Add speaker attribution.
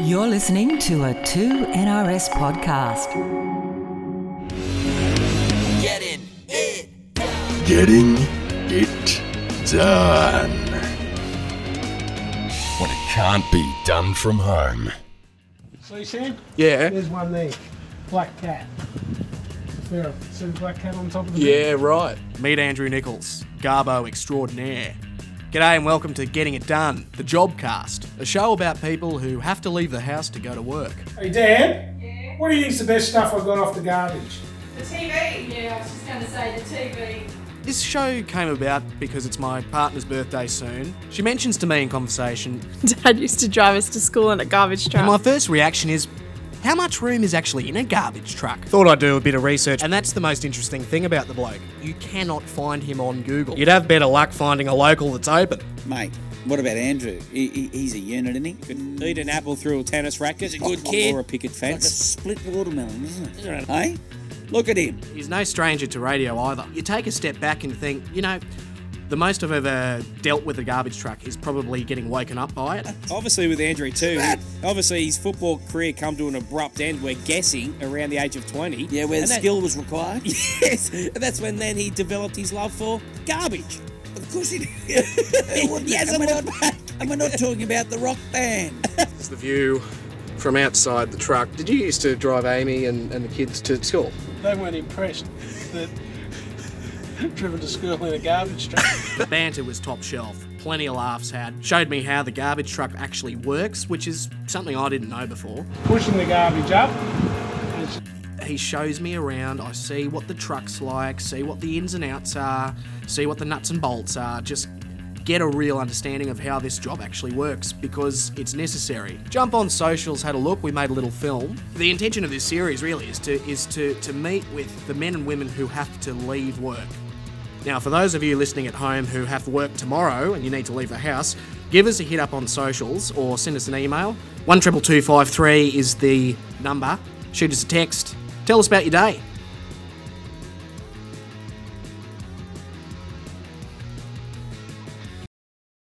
Speaker 1: You're listening to a 2NRS podcast.
Speaker 2: Getting it done. When it can't be done from home.
Speaker 3: See, Sam?
Speaker 4: Yeah.
Speaker 3: There's one there. Black cat. There. See the black cat on top of the
Speaker 4: Yeah, right.
Speaker 5: Meet Andrew Nichols, Garbo extraordinaire. G'day and welcome to Getting It Done, the Jobcast, a show about people who have to leave the house to go to work.
Speaker 3: Hey, Dad? Yeah? What do you think's the best stuff I got off the garbage?
Speaker 6: The TV. Yeah, I was just going to say the TV.
Speaker 5: This show came about because it's my partner's birthday soon. She mentions to me in conversation,
Speaker 7: Dad used to drive us to school in a garbage truck.
Speaker 5: and my first reaction is, how much room is actually in a garbage truck? Thought I'd do a bit of research, and that's the most interesting thing about the bloke. You cannot find him on Google. You'd have better luck finding a local that's open.
Speaker 8: Mate, what about Andrew? He, he, he's a unit, isn't he? Oh, Could eat an apple through a tennis racket. He's a good kid. Or a picket fence. Like a split watermelon, isn't it? Hey? Look at him.
Speaker 5: He's no stranger to radio either. You take a step back and think, you know, the most I've ever dealt with a garbage truck is probably getting woken up by it.
Speaker 8: Obviously with Andrew too. Obviously his football career come to an abrupt end, we're guessing, around the age of 20. Yeah, where the skill was required. Yes. And that's when then he developed his love for garbage. Of course he did. yes, and we're, not, and we're not talking about the rock band.
Speaker 4: It's the view from outside the truck. Did you used to drive Amy and, and the kids to school?
Speaker 3: They weren't impressed that driven to school in a garbage truck.
Speaker 5: The banter was top shelf. Plenty of laughs had. Showed me how the garbage truck actually works, which is something I didn't know before.
Speaker 3: Pushing the garbage up.
Speaker 5: He shows me around. I see what the truck's like, see what the ins and outs are, see what the nuts and bolts are. Just get a real understanding of how this job actually works because it's necessary. Jump on socials, had a look. We made a little film. The intention of this series really is to is to to meet with the men and women who have to leave work. Now, for those of you listening at home who have work tomorrow and you need to leave the house, give us a hit up on socials or send us an email. One triple two five three is the number. Shoot us a text. Tell us about your day.